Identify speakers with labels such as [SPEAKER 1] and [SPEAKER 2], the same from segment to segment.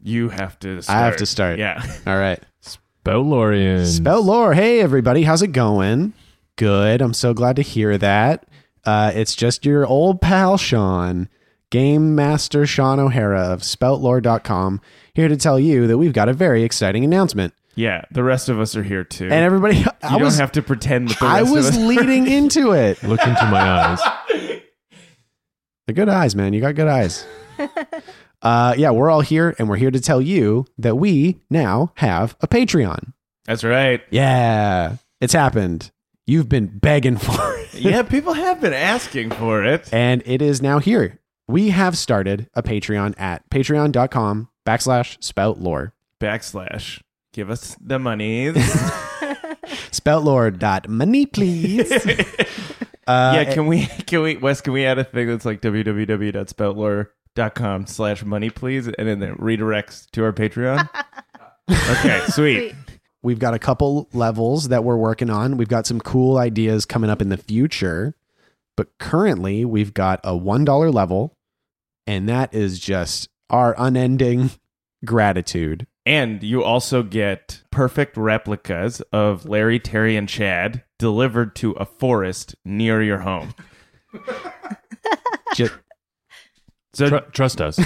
[SPEAKER 1] You have to. Start.
[SPEAKER 2] I have to start.
[SPEAKER 1] Yeah.
[SPEAKER 2] All right.
[SPEAKER 3] Bellorian.
[SPEAKER 2] Spell lore. Hey, everybody. How's it going? Good. I'm so glad to hear that. Uh, it's just your old pal, Sean, Game Master Sean O'Hara of speltlore.com, here to tell you that we've got a very exciting announcement.
[SPEAKER 1] Yeah. The rest of us are here too.
[SPEAKER 2] And everybody, I
[SPEAKER 1] you
[SPEAKER 2] was,
[SPEAKER 1] don't have to pretend that the
[SPEAKER 2] I
[SPEAKER 1] rest of
[SPEAKER 2] was
[SPEAKER 1] us.
[SPEAKER 2] leading into it.
[SPEAKER 3] Look into my eyes.
[SPEAKER 2] They're good eyes, man. You got good eyes. uh, yeah, we're all here, and we're here to tell you that we now have a Patreon.
[SPEAKER 1] That's right.
[SPEAKER 2] Yeah, it's happened. You've been begging for it.
[SPEAKER 1] Yeah, people have been asking for it.
[SPEAKER 2] and it is now here. We have started a Patreon at patreon.com backslash spout lore.
[SPEAKER 1] Backslash. Give us the monies.
[SPEAKER 2] Uh, Spoutlore.money, please. uh,
[SPEAKER 1] yeah, can we can we Wes, can we add a thing that's like www.spoutlore.com slash money please and then it redirects to our Patreon? okay, sweet.
[SPEAKER 4] Sweet.
[SPEAKER 2] We've got a couple levels that we're working on. We've got some cool ideas coming up in the future. But currently, we've got a $1 level, and that is just our unending gratitude.
[SPEAKER 1] And you also get perfect replicas of Larry, Terry, and Chad delivered to a forest near your home.
[SPEAKER 2] Just,
[SPEAKER 1] So
[SPEAKER 3] Tru- trust us.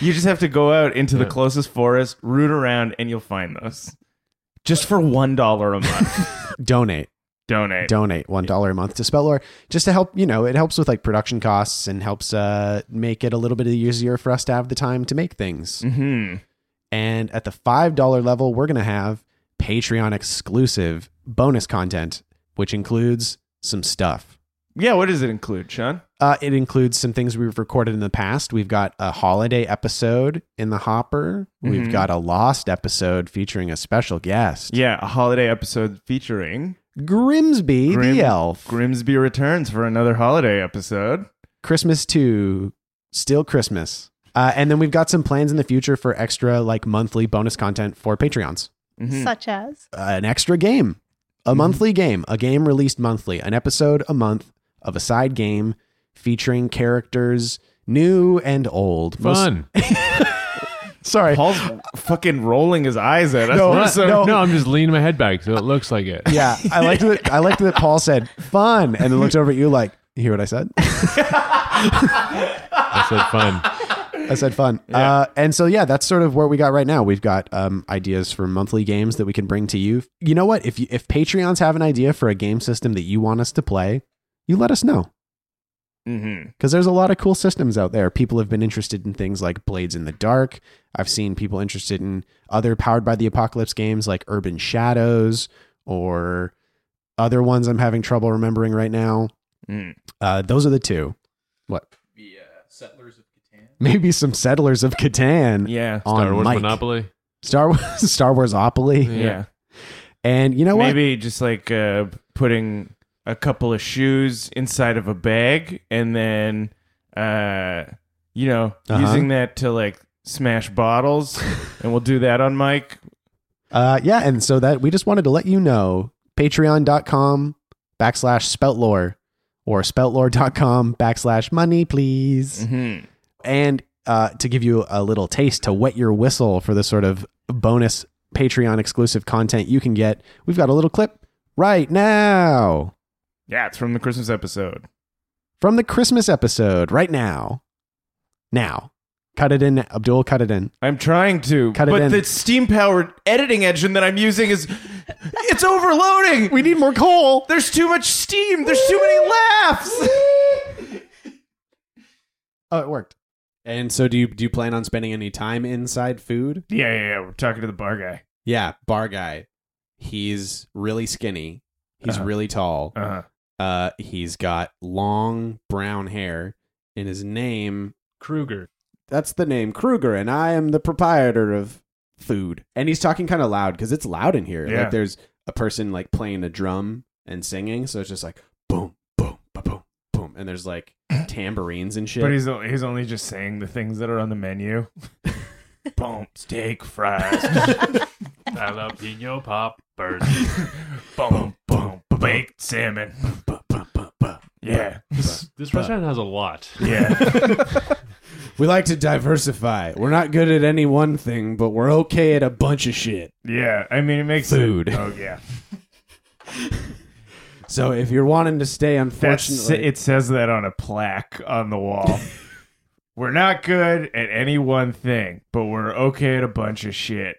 [SPEAKER 1] you just have to go out into the
[SPEAKER 3] Yeah.
[SPEAKER 1] closest forest, root around, and you'll find those. Just for one dollar a month.
[SPEAKER 2] donate.
[SPEAKER 1] Donate.
[SPEAKER 2] donate one dollar a month to Speltlore just to help. You know, it helps with like production costs and helps uh, make it a little bit easier for us to have the time to make things.
[SPEAKER 1] hmm
[SPEAKER 2] And at the five dollar level, we're gonna have Patreon exclusive bonus content, which includes some stuff.
[SPEAKER 1] Yeah, what does it include, Sean?
[SPEAKER 2] Uh, it includes some things we've recorded in the past. We've got a holiday episode in the hopper. We've
[SPEAKER 1] Mhm.
[SPEAKER 2] got a lost episode featuring a special guest,
[SPEAKER 1] Yeah, a holiday episode featuring
[SPEAKER 2] Grimsby
[SPEAKER 1] Grim-
[SPEAKER 2] the elf.
[SPEAKER 1] Grimsby returns for another holiday episode.
[SPEAKER 2] Christmas to still Christmas. Uh, and then we've got some plans in the future for extra, like monthly bonus content for Patreons.
[SPEAKER 1] Mhm.
[SPEAKER 4] Such as.
[SPEAKER 2] Uh, an extra game, a monthly game, a game released monthly, an episode a month of a side game featuring characters new and old. Most-
[SPEAKER 3] Fun.
[SPEAKER 2] sorry.
[SPEAKER 1] Paul's fucking rolling his eyes at us.
[SPEAKER 2] No,
[SPEAKER 1] We're
[SPEAKER 3] What?
[SPEAKER 1] so-
[SPEAKER 3] no, I'm just leaning my head back so it looks like it.
[SPEAKER 2] Yeah, I liked that. I liked that Paul said fun, and then looked over at you like, "You "Hear what I said?"
[SPEAKER 3] I said fun.
[SPEAKER 2] I said fun. Uh, and so, yeah, that's sort of where we got right now. We've got um, ideas for monthly games that we can bring to you. You know what? If you, if Patreons have an idea for a game system that you want us to play, you let us know
[SPEAKER 1] Mhm.
[SPEAKER 2] because there's a lot of cool systems out there. People have been interested in things like Blades in the Dark. I've seen people interested in other Powered by the Apocalypse games like Urban Shadows or other ones I'm having trouble remembering right now.
[SPEAKER 1] Mm.
[SPEAKER 2] Uh, those are the two. What? The uh, Settlers of Catan. Maybe some Settlers of Catan.
[SPEAKER 1] Yeah.
[SPEAKER 2] on
[SPEAKER 3] Star Wars
[SPEAKER 2] mic.
[SPEAKER 3] Monopoly.
[SPEAKER 2] Star Wars, Star Warsopoly,
[SPEAKER 3] Yeah.
[SPEAKER 1] Yeah.
[SPEAKER 2] and you know what?
[SPEAKER 1] Maybe just like uh, putting a couple of shoes inside of a bag and then, uh, you know,
[SPEAKER 2] Uh-huh.
[SPEAKER 1] using that to like smash bottles. and we'll do that on Mike.
[SPEAKER 2] Uh, yeah, and so that we just wanted to let you know, Patreon.com backslash Speltlore or Speltlore.com backslash money, please,
[SPEAKER 1] Mhm.
[SPEAKER 2] and uh, to give you a little taste to wet your whistle for the sort of bonus Patreon exclusive content you can get. We've got a little clip right now
[SPEAKER 1] Yeah, it's from the Christmas episode.
[SPEAKER 2] from the Christmas episode. Right now, now, cut it in, Abdul, cut it in.
[SPEAKER 1] I'm trying to,
[SPEAKER 2] Cut it
[SPEAKER 1] but
[SPEAKER 2] in.
[SPEAKER 1] the steam powered editing engine that I'm using is it's overloading.
[SPEAKER 2] We need more coal.
[SPEAKER 1] There's too much steam. There's too many laughs.
[SPEAKER 2] Oh, it worked. And so, do you do you plan on spending any time inside food?
[SPEAKER 1] Yeah, yeah, yeah. We're talking to the bar guy.
[SPEAKER 2] Yeah, bar guy. He's really skinny. He's
[SPEAKER 1] Uh-huh.
[SPEAKER 2] really tall.
[SPEAKER 1] Uh huh.
[SPEAKER 2] Uh, he's got long brown hair, and his name
[SPEAKER 3] Kruger.
[SPEAKER 2] that's the name Kruger, and I am the proprietor of food. And he's talking kind of loud because it's loud in here.
[SPEAKER 1] Yeah.
[SPEAKER 2] Like there's a person like playing a drum and singing, so it's just like boom, boom, ba boom, boom, and there's like tambourines and shit.
[SPEAKER 1] But he's only, he's only just saying the things that are on the menu. Boom, steak, fries.
[SPEAKER 3] Jalapeno poppers.
[SPEAKER 1] boom, boom, baked salmon.
[SPEAKER 2] Ba, ba, ba, ba.
[SPEAKER 1] Yeah.
[SPEAKER 3] This, this restaurant has a lot.
[SPEAKER 1] Yeah.
[SPEAKER 2] We like to diversify. We're not good at any one thing, but we're okay at a bunch of shit.
[SPEAKER 1] yeah. I mean, it makes
[SPEAKER 5] Food.
[SPEAKER 1] It, oh, yeah.
[SPEAKER 2] So if you're wanting to stay,
[SPEAKER 1] That's,
[SPEAKER 2] unfortunately,
[SPEAKER 1] it says that on a plaque on the wall. we're not good at any one thing, but we're okay at a bunch of shit.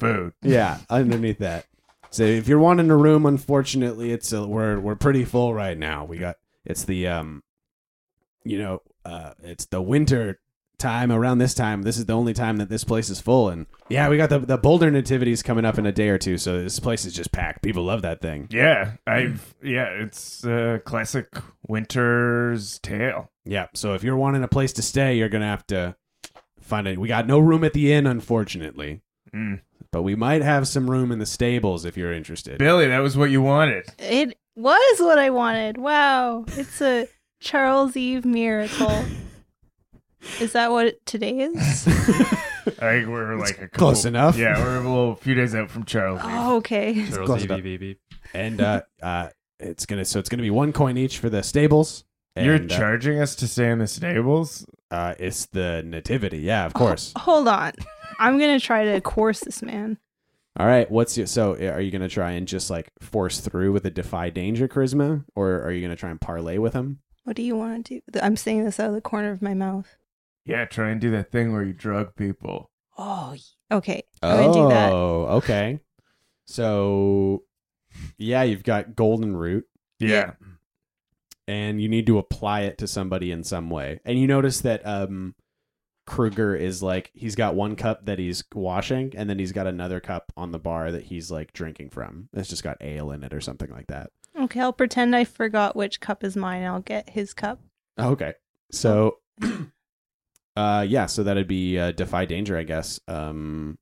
[SPEAKER 1] Food.
[SPEAKER 2] yeah, underneath that. So if you're wanting a room, unfortunately, it's a, we're we're pretty full right now. We got it's the um, you know, uh, it's the winter time around this time. This is the only time that this place is full, and yeah, we got the the Boulder nativities coming up in a day or two. So this place is just packed. People love that thing.
[SPEAKER 1] Yeah, I've yeah, it's uh, classic Winter's Tale.
[SPEAKER 2] Yeah. So if you're wanting a place to stay, you're gonna have to find it. We got no room at the inn, unfortunately,
[SPEAKER 1] Mm.
[SPEAKER 2] but we might have some room in the stables if you're interested.
[SPEAKER 1] Billy, that was what you wanted.
[SPEAKER 4] It was what I wanted. Wow. It's a Charles Eve miracle. Is that what today is?
[SPEAKER 1] I think we're like a couple,
[SPEAKER 2] close enough.
[SPEAKER 1] Yeah, we're a little few days out from Charles. Eve.
[SPEAKER 4] Oh, okay.
[SPEAKER 3] Charles
[SPEAKER 2] close
[SPEAKER 3] E.
[SPEAKER 2] enough.
[SPEAKER 3] B. B. B.
[SPEAKER 2] and uh, uh, it's gonna so it's gonna be one coin each for the stables. And,
[SPEAKER 1] You're
[SPEAKER 2] uh,
[SPEAKER 1] charging us to stay in the stables?
[SPEAKER 2] uh, it's the nativity, yeah, of course.
[SPEAKER 4] Hold on. I'm going to try to coerce this man.
[SPEAKER 2] All right, what's your so? uh, Are you gonna try and just like force through with a defy danger charisma, or are you gonna try and parlay with him?
[SPEAKER 4] What do you want to do? Th- I'm saying this out of the corner of my mouth.
[SPEAKER 1] Yeah, try and do that thing where you drug people.
[SPEAKER 4] Oh, y- okay. I'm going to do that.
[SPEAKER 2] Oh, okay. So, yeah, you've got golden root.
[SPEAKER 1] Yeah.
[SPEAKER 2] and you need to apply it to somebody in some way. And you notice that um Kruger is like he's got one cup that he's washing and then he's got another cup on the bar that he's like drinking from. It's just got ale in it or something like that.
[SPEAKER 4] Okay, I'll pretend I forgot which cup is mine. I'll get his cup.
[SPEAKER 2] Oh, Okay. So uh yeah, so that'd be uh, defy danger, I guess. Um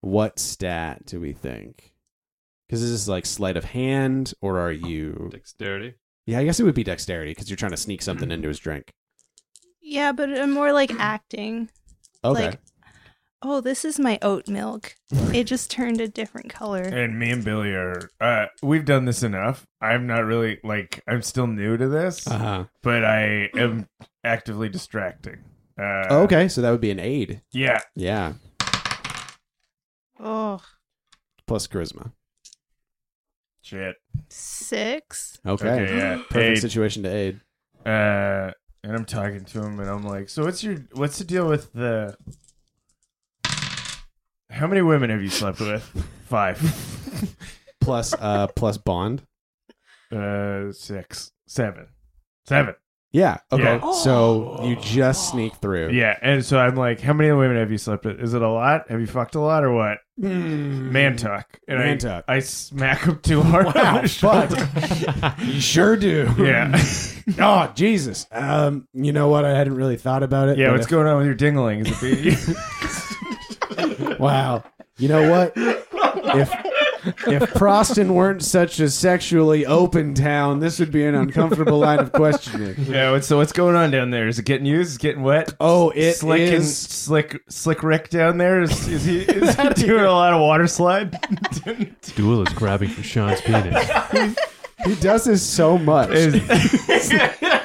[SPEAKER 2] what stat do we think? Cuz this is like sleight of hand or are you
[SPEAKER 3] Dexterity.
[SPEAKER 2] Yeah, I guess it would be dexterity cuz you're trying to sneak something into his drink.
[SPEAKER 4] Yeah, but I'm more like acting.
[SPEAKER 2] Okay.
[SPEAKER 4] Like, oh, this is my oat milk. It just turned a different color.
[SPEAKER 1] And me and Billy are uh we've done this enough. I'm not really like I'm still new to this,
[SPEAKER 2] uh-huh.
[SPEAKER 1] but I am actively distracting. Uh
[SPEAKER 2] Oh, okay, so that would be an aid.
[SPEAKER 1] Yeah.
[SPEAKER 2] Yeah,
[SPEAKER 4] Oh,
[SPEAKER 2] plus charisma.
[SPEAKER 1] Shit.
[SPEAKER 4] six.
[SPEAKER 2] Okay,
[SPEAKER 1] Okay, yeah.
[SPEAKER 2] perfect
[SPEAKER 1] Paid.
[SPEAKER 2] situation to aid.
[SPEAKER 1] uh, and I'm talking to him, and I'm like, "So what's your what's the deal with the? How many women have you slept with? Five,
[SPEAKER 2] Plus, uh, plus bond.
[SPEAKER 1] uh, six, seven, seven.
[SPEAKER 2] Yeah. Okay.
[SPEAKER 1] Yeah. Oh.
[SPEAKER 2] So you just sneak through.
[SPEAKER 1] Yeah." And so I'm like, "How many women have you slept with? Is it a lot? Have you fucked a lot or what?" Man talk. And
[SPEAKER 2] Mm-hmm. Man
[SPEAKER 1] I,
[SPEAKER 2] talk.
[SPEAKER 1] I smack him too hard.
[SPEAKER 2] Wow,
[SPEAKER 1] on the shoulder.
[SPEAKER 2] Oh, you sure do.
[SPEAKER 1] Yeah.
[SPEAKER 2] oh Jesus. Um. You know what? I hadn't really thought about it.
[SPEAKER 1] yeah.
[SPEAKER 2] but
[SPEAKER 1] What's
[SPEAKER 2] if-
[SPEAKER 1] going on with your dingling? Is it be-
[SPEAKER 2] Wow. You know what? If if Proston weren't such a sexually open town, this would be an uncomfortable line of questioning.
[SPEAKER 1] yeah. What's, so what's going on down there? Is it getting used? Is it getting wet?
[SPEAKER 2] Oh, it is.
[SPEAKER 1] slick and slick slick Rick down there is, is he is he doing a lot of water slide?
[SPEAKER 3] Duel is grabbing for Sean's penis.
[SPEAKER 2] He does this so much.
[SPEAKER 1] Is-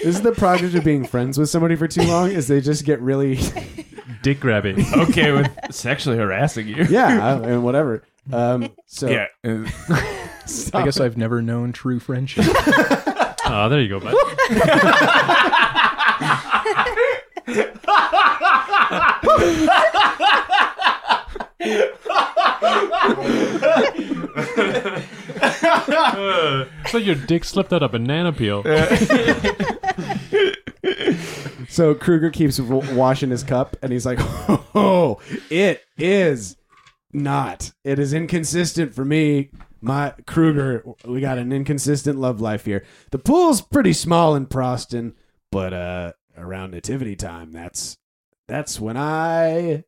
[SPEAKER 2] This is the product of being friends with somebody for too long. Is they just get really,
[SPEAKER 3] Dick grabbing.
[SPEAKER 1] okay with sexually harassing you?
[SPEAKER 2] yeah, uh, and whatever. Um, so
[SPEAKER 1] Yeah.
[SPEAKER 6] I guess I've never known true friendship.
[SPEAKER 3] Oh, there you go, bud. it's like your dick slipped out a banana peel.
[SPEAKER 2] so Kruger keeps w- washing his cup, and he's like, "Oh, it is not. It is inconsistent for me." My Kruger, we got an inconsistent love life here. The pool's pretty small in Proston, but uh, around nativity time, that's that's when I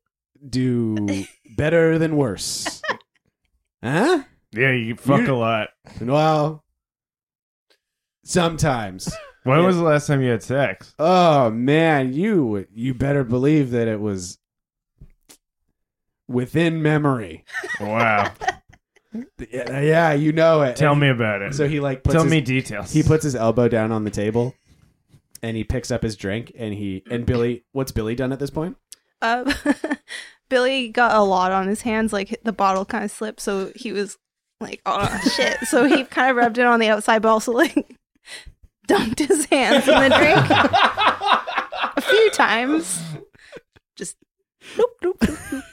[SPEAKER 2] do better than worse. Huh?
[SPEAKER 1] yeah, you fuck
[SPEAKER 2] You-
[SPEAKER 1] a lot.
[SPEAKER 2] Well, sometimes.
[SPEAKER 1] When
[SPEAKER 2] Yeah.
[SPEAKER 1] was the last time you had sex?
[SPEAKER 2] oh man, you you better believe that it was within memory.
[SPEAKER 1] Wow.
[SPEAKER 2] Yeah, yeah, you know it.
[SPEAKER 1] Tell
[SPEAKER 2] And
[SPEAKER 1] me about it.
[SPEAKER 2] So he like puts
[SPEAKER 1] Tell
[SPEAKER 2] his-
[SPEAKER 1] me details.
[SPEAKER 2] He puts his elbow down on the table, and he picks up his drink. And he and Billy, what's Billy done at this point?
[SPEAKER 4] Uh, Billy got a lot on his hands. Like the bottle kind of slipped, so he was like, "Oh shit!" So he kind of rubbed it on the outside, but also like dunked his hands in the drink a few times. Just nope, nope, nope.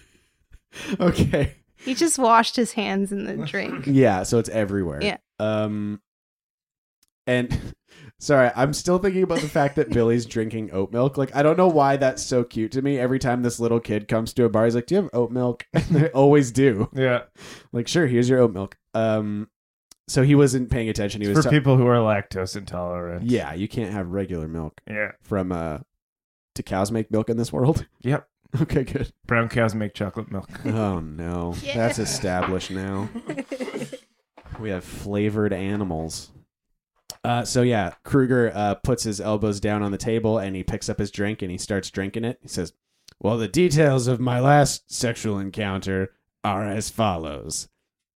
[SPEAKER 2] Okay,
[SPEAKER 4] He just washed his hands in the drink.
[SPEAKER 2] yeah. So it's everywhere.
[SPEAKER 4] Yeah.
[SPEAKER 2] Um, and sorry, I'm still thinking about the fact that Billy's drinking oat milk. Like I don't know why that's so cute to me. Every time this little kid comes to a bar, he's like, "Do you have oat milk?" And they always do.
[SPEAKER 1] yeah.
[SPEAKER 2] Like, sure, here's your oat milk. Um, so he wasn't paying attention. He
[SPEAKER 1] It's
[SPEAKER 2] was
[SPEAKER 1] for
[SPEAKER 2] ta-
[SPEAKER 1] people who are lactose intolerant.
[SPEAKER 2] Yeah, you can't have regular milk
[SPEAKER 1] Yeah.
[SPEAKER 2] from uh. Do cows make milk in this world?
[SPEAKER 1] Yep.
[SPEAKER 2] Okay, good.
[SPEAKER 1] Brown cows make chocolate milk.
[SPEAKER 2] Oh no,
[SPEAKER 4] Yeah.
[SPEAKER 2] that's established now. We have flavored animals. Uh, so yeah, Kruger uh, puts his elbows down on the table and he picks up his drink and he starts drinking it. He says, "Well, the details of my last sexual encounter are as follows: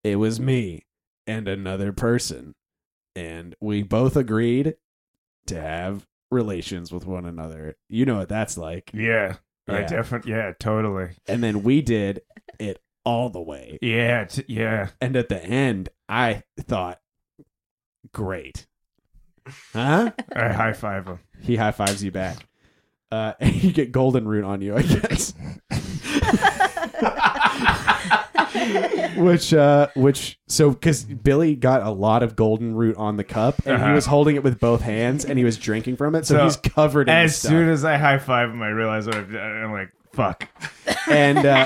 [SPEAKER 2] It was me and another person, and we both agreed to have relations with one another. You know what that's like.
[SPEAKER 1] Yeah. I
[SPEAKER 2] Yeah.
[SPEAKER 1] definitely. Yeah. Totally.
[SPEAKER 2] And then we did it all the way."
[SPEAKER 1] Yeah. T- yeah.
[SPEAKER 2] And at the end, I thought, great. Huh?
[SPEAKER 1] I high five him.
[SPEAKER 2] he high fives you back. Uh, and you get golden root on you, I guess. which, uh, which, so because Billy got a lot of golden root on the cup, and he
[SPEAKER 1] Uh-huh.
[SPEAKER 2] was holding it with both hands, and he was drinking from it, so,
[SPEAKER 1] So,
[SPEAKER 2] he's covered in
[SPEAKER 1] As
[SPEAKER 2] this stuff.
[SPEAKER 1] soon as I high five him, I realize what I've done. and I'm like, fuck.
[SPEAKER 2] and uh,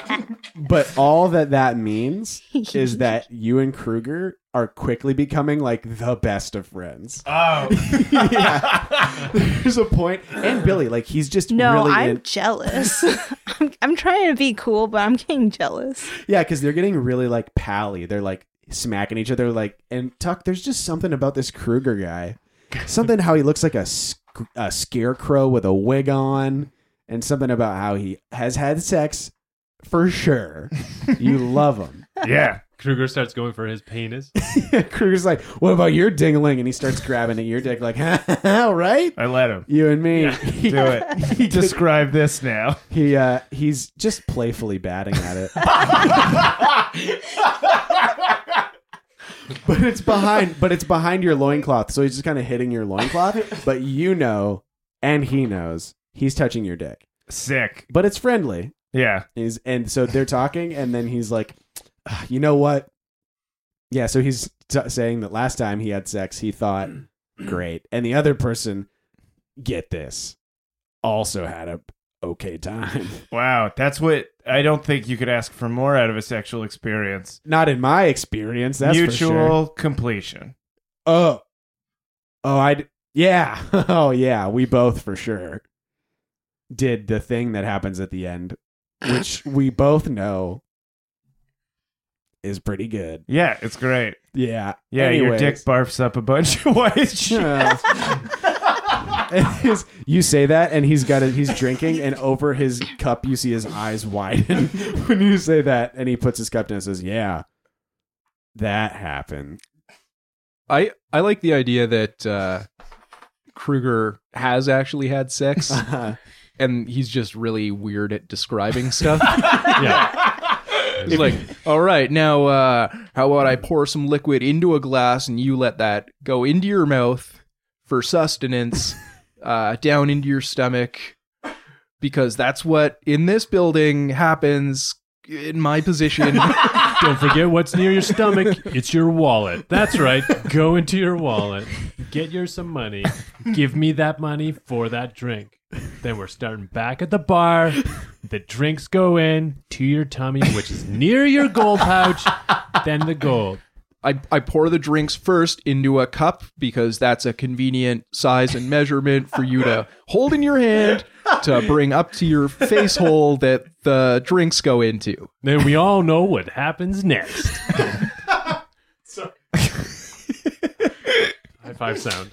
[SPEAKER 2] but all that that means is that you and Kruger are quickly becoming like the best of friends.
[SPEAKER 1] Oh.
[SPEAKER 2] yeah. There's a point. And Billy, like he's just
[SPEAKER 4] No,
[SPEAKER 2] really
[SPEAKER 4] I'm
[SPEAKER 2] in-
[SPEAKER 4] jealous. I'm, I'm trying to be cool, but I'm getting jealous.
[SPEAKER 2] yeah, because they're getting really like pally. They're like smacking each other. Like and Tuck, there's just something about this Kruger guy. Something how he looks like a, sc- a scarecrow with a wig on, and something about how he has had sex for sure. You love him.
[SPEAKER 1] Yeah.
[SPEAKER 3] Kruger starts going for his penis.
[SPEAKER 2] Kruger's like, "What about your dingling?" And he starts grabbing at your dick, like, "All right,
[SPEAKER 1] I let him.
[SPEAKER 2] you and me."
[SPEAKER 1] Do it. Describe this now.
[SPEAKER 2] He uh, he's just playfully batting at it. but it's behind but it's behind your loincloth, so he's just kind of hitting your loincloth, but you know and he knows he's touching your dick.
[SPEAKER 1] Sick.
[SPEAKER 2] But it's friendly.
[SPEAKER 1] Yeah.
[SPEAKER 2] He's, and so they're talking and then he's like, "Ah, "You know what?" Yeah, so he's t- saying that last time he had sex, he thought, "Great." And the other person, get this, also had a okay time.
[SPEAKER 1] Wow. That's what I don't think you could ask for more out of a sexual experience.
[SPEAKER 2] Not in my experience. That's for
[SPEAKER 1] Mutual
[SPEAKER 2] sure.
[SPEAKER 1] completion.
[SPEAKER 2] Oh, oh, I d- yeah, oh yeah. We both for sure did the thing that happens at the end, which we both know is pretty good.
[SPEAKER 1] Yeah. It's great.
[SPEAKER 2] Yeah,
[SPEAKER 1] Yeah. Your
[SPEAKER 2] Anyways.
[SPEAKER 1] dick barfs up a bunch of white shit.
[SPEAKER 2] Uh, you say that, and he's got it. He's drinking, and over his cup, you see his eyes widen when you say that. And he puts his cup down and says, "Yeah, that happened."
[SPEAKER 6] I I like the idea that uh, Kruger has actually had sex, and he's just really weird at describing stuff.
[SPEAKER 3] Yeah.
[SPEAKER 6] He's like, all right, now uh, how about I pour some liquid into a glass and you let that go into your mouth for sustenance, uh, down into your stomach, because that's what in this building happens in my position.
[SPEAKER 3] Don't forget what's near your stomach. It's your wallet. That's right. Go into your wallet, get your some money, give me that money for that drink. Then we're starting back at the bar. The drinks go in to your tummy, which is near your gold pouch, then the gold.
[SPEAKER 6] I, I pour the drinks first into a cup because that's a convenient size and measurement for you to hold in your hand to bring up to your face hole that the drinks go into.
[SPEAKER 3] Then we all know what happens next. High five sound.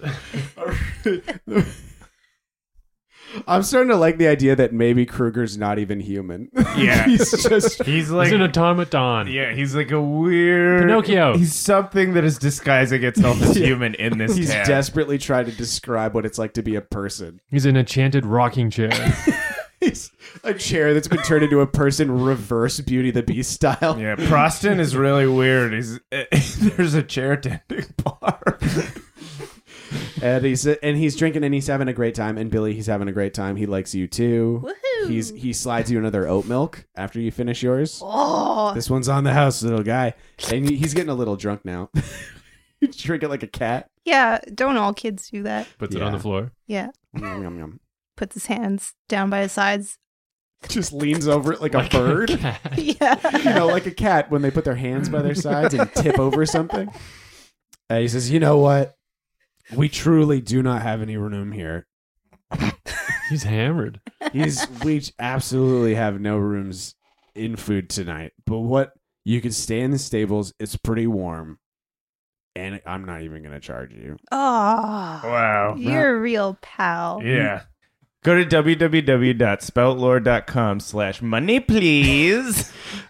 [SPEAKER 2] I'm starting to like the idea that maybe Kruger's not even human.
[SPEAKER 1] Yeah.
[SPEAKER 2] he's just
[SPEAKER 1] He's like
[SPEAKER 3] He's an automaton.
[SPEAKER 1] Yeah, he's like a weird
[SPEAKER 3] Pinocchio.
[SPEAKER 1] He's something that is disguising itself as human in this
[SPEAKER 2] he's
[SPEAKER 1] town.
[SPEAKER 2] desperately trying to describe what it's like to be a person.
[SPEAKER 3] He's an enchanted rocking chair.
[SPEAKER 2] He's a chair that's been turned into a person reverse Beauty the Beast style.
[SPEAKER 1] yeah, Proston is really weird. He's there's a chair tending bar.
[SPEAKER 2] And he's and he's drinking and he's having a great time. And Billy, he's having a great time. He likes you too.
[SPEAKER 4] Woohoo!
[SPEAKER 2] He's he slides you another oat milk after you finish yours.
[SPEAKER 4] oh,
[SPEAKER 2] This one's on the house, little guy. And he's getting a little drunk now. you drink it like a cat.
[SPEAKER 4] yeah. Don't all kids do that?
[SPEAKER 3] Puts it on
[SPEAKER 2] Yeah.
[SPEAKER 3] the floor.
[SPEAKER 4] Yeah.
[SPEAKER 2] Yum, yum, yum.
[SPEAKER 4] Puts his hands down by his sides.
[SPEAKER 2] Just leans over it like a bird. you
[SPEAKER 4] Yeah.
[SPEAKER 2] know, like a cat when they put their hands by their sides and tip over something. And he says, You know what? We truly do not have any room here.
[SPEAKER 3] He's hammered.
[SPEAKER 2] He's we absolutely have no rooms in food tonight. But what you could stay in the stables, it's pretty warm. And I'm not even gonna charge you.
[SPEAKER 4] Oh,
[SPEAKER 1] Wow.
[SPEAKER 4] you're a real pal.
[SPEAKER 1] Yeah. Go to www.spoutlore.com slash money, please.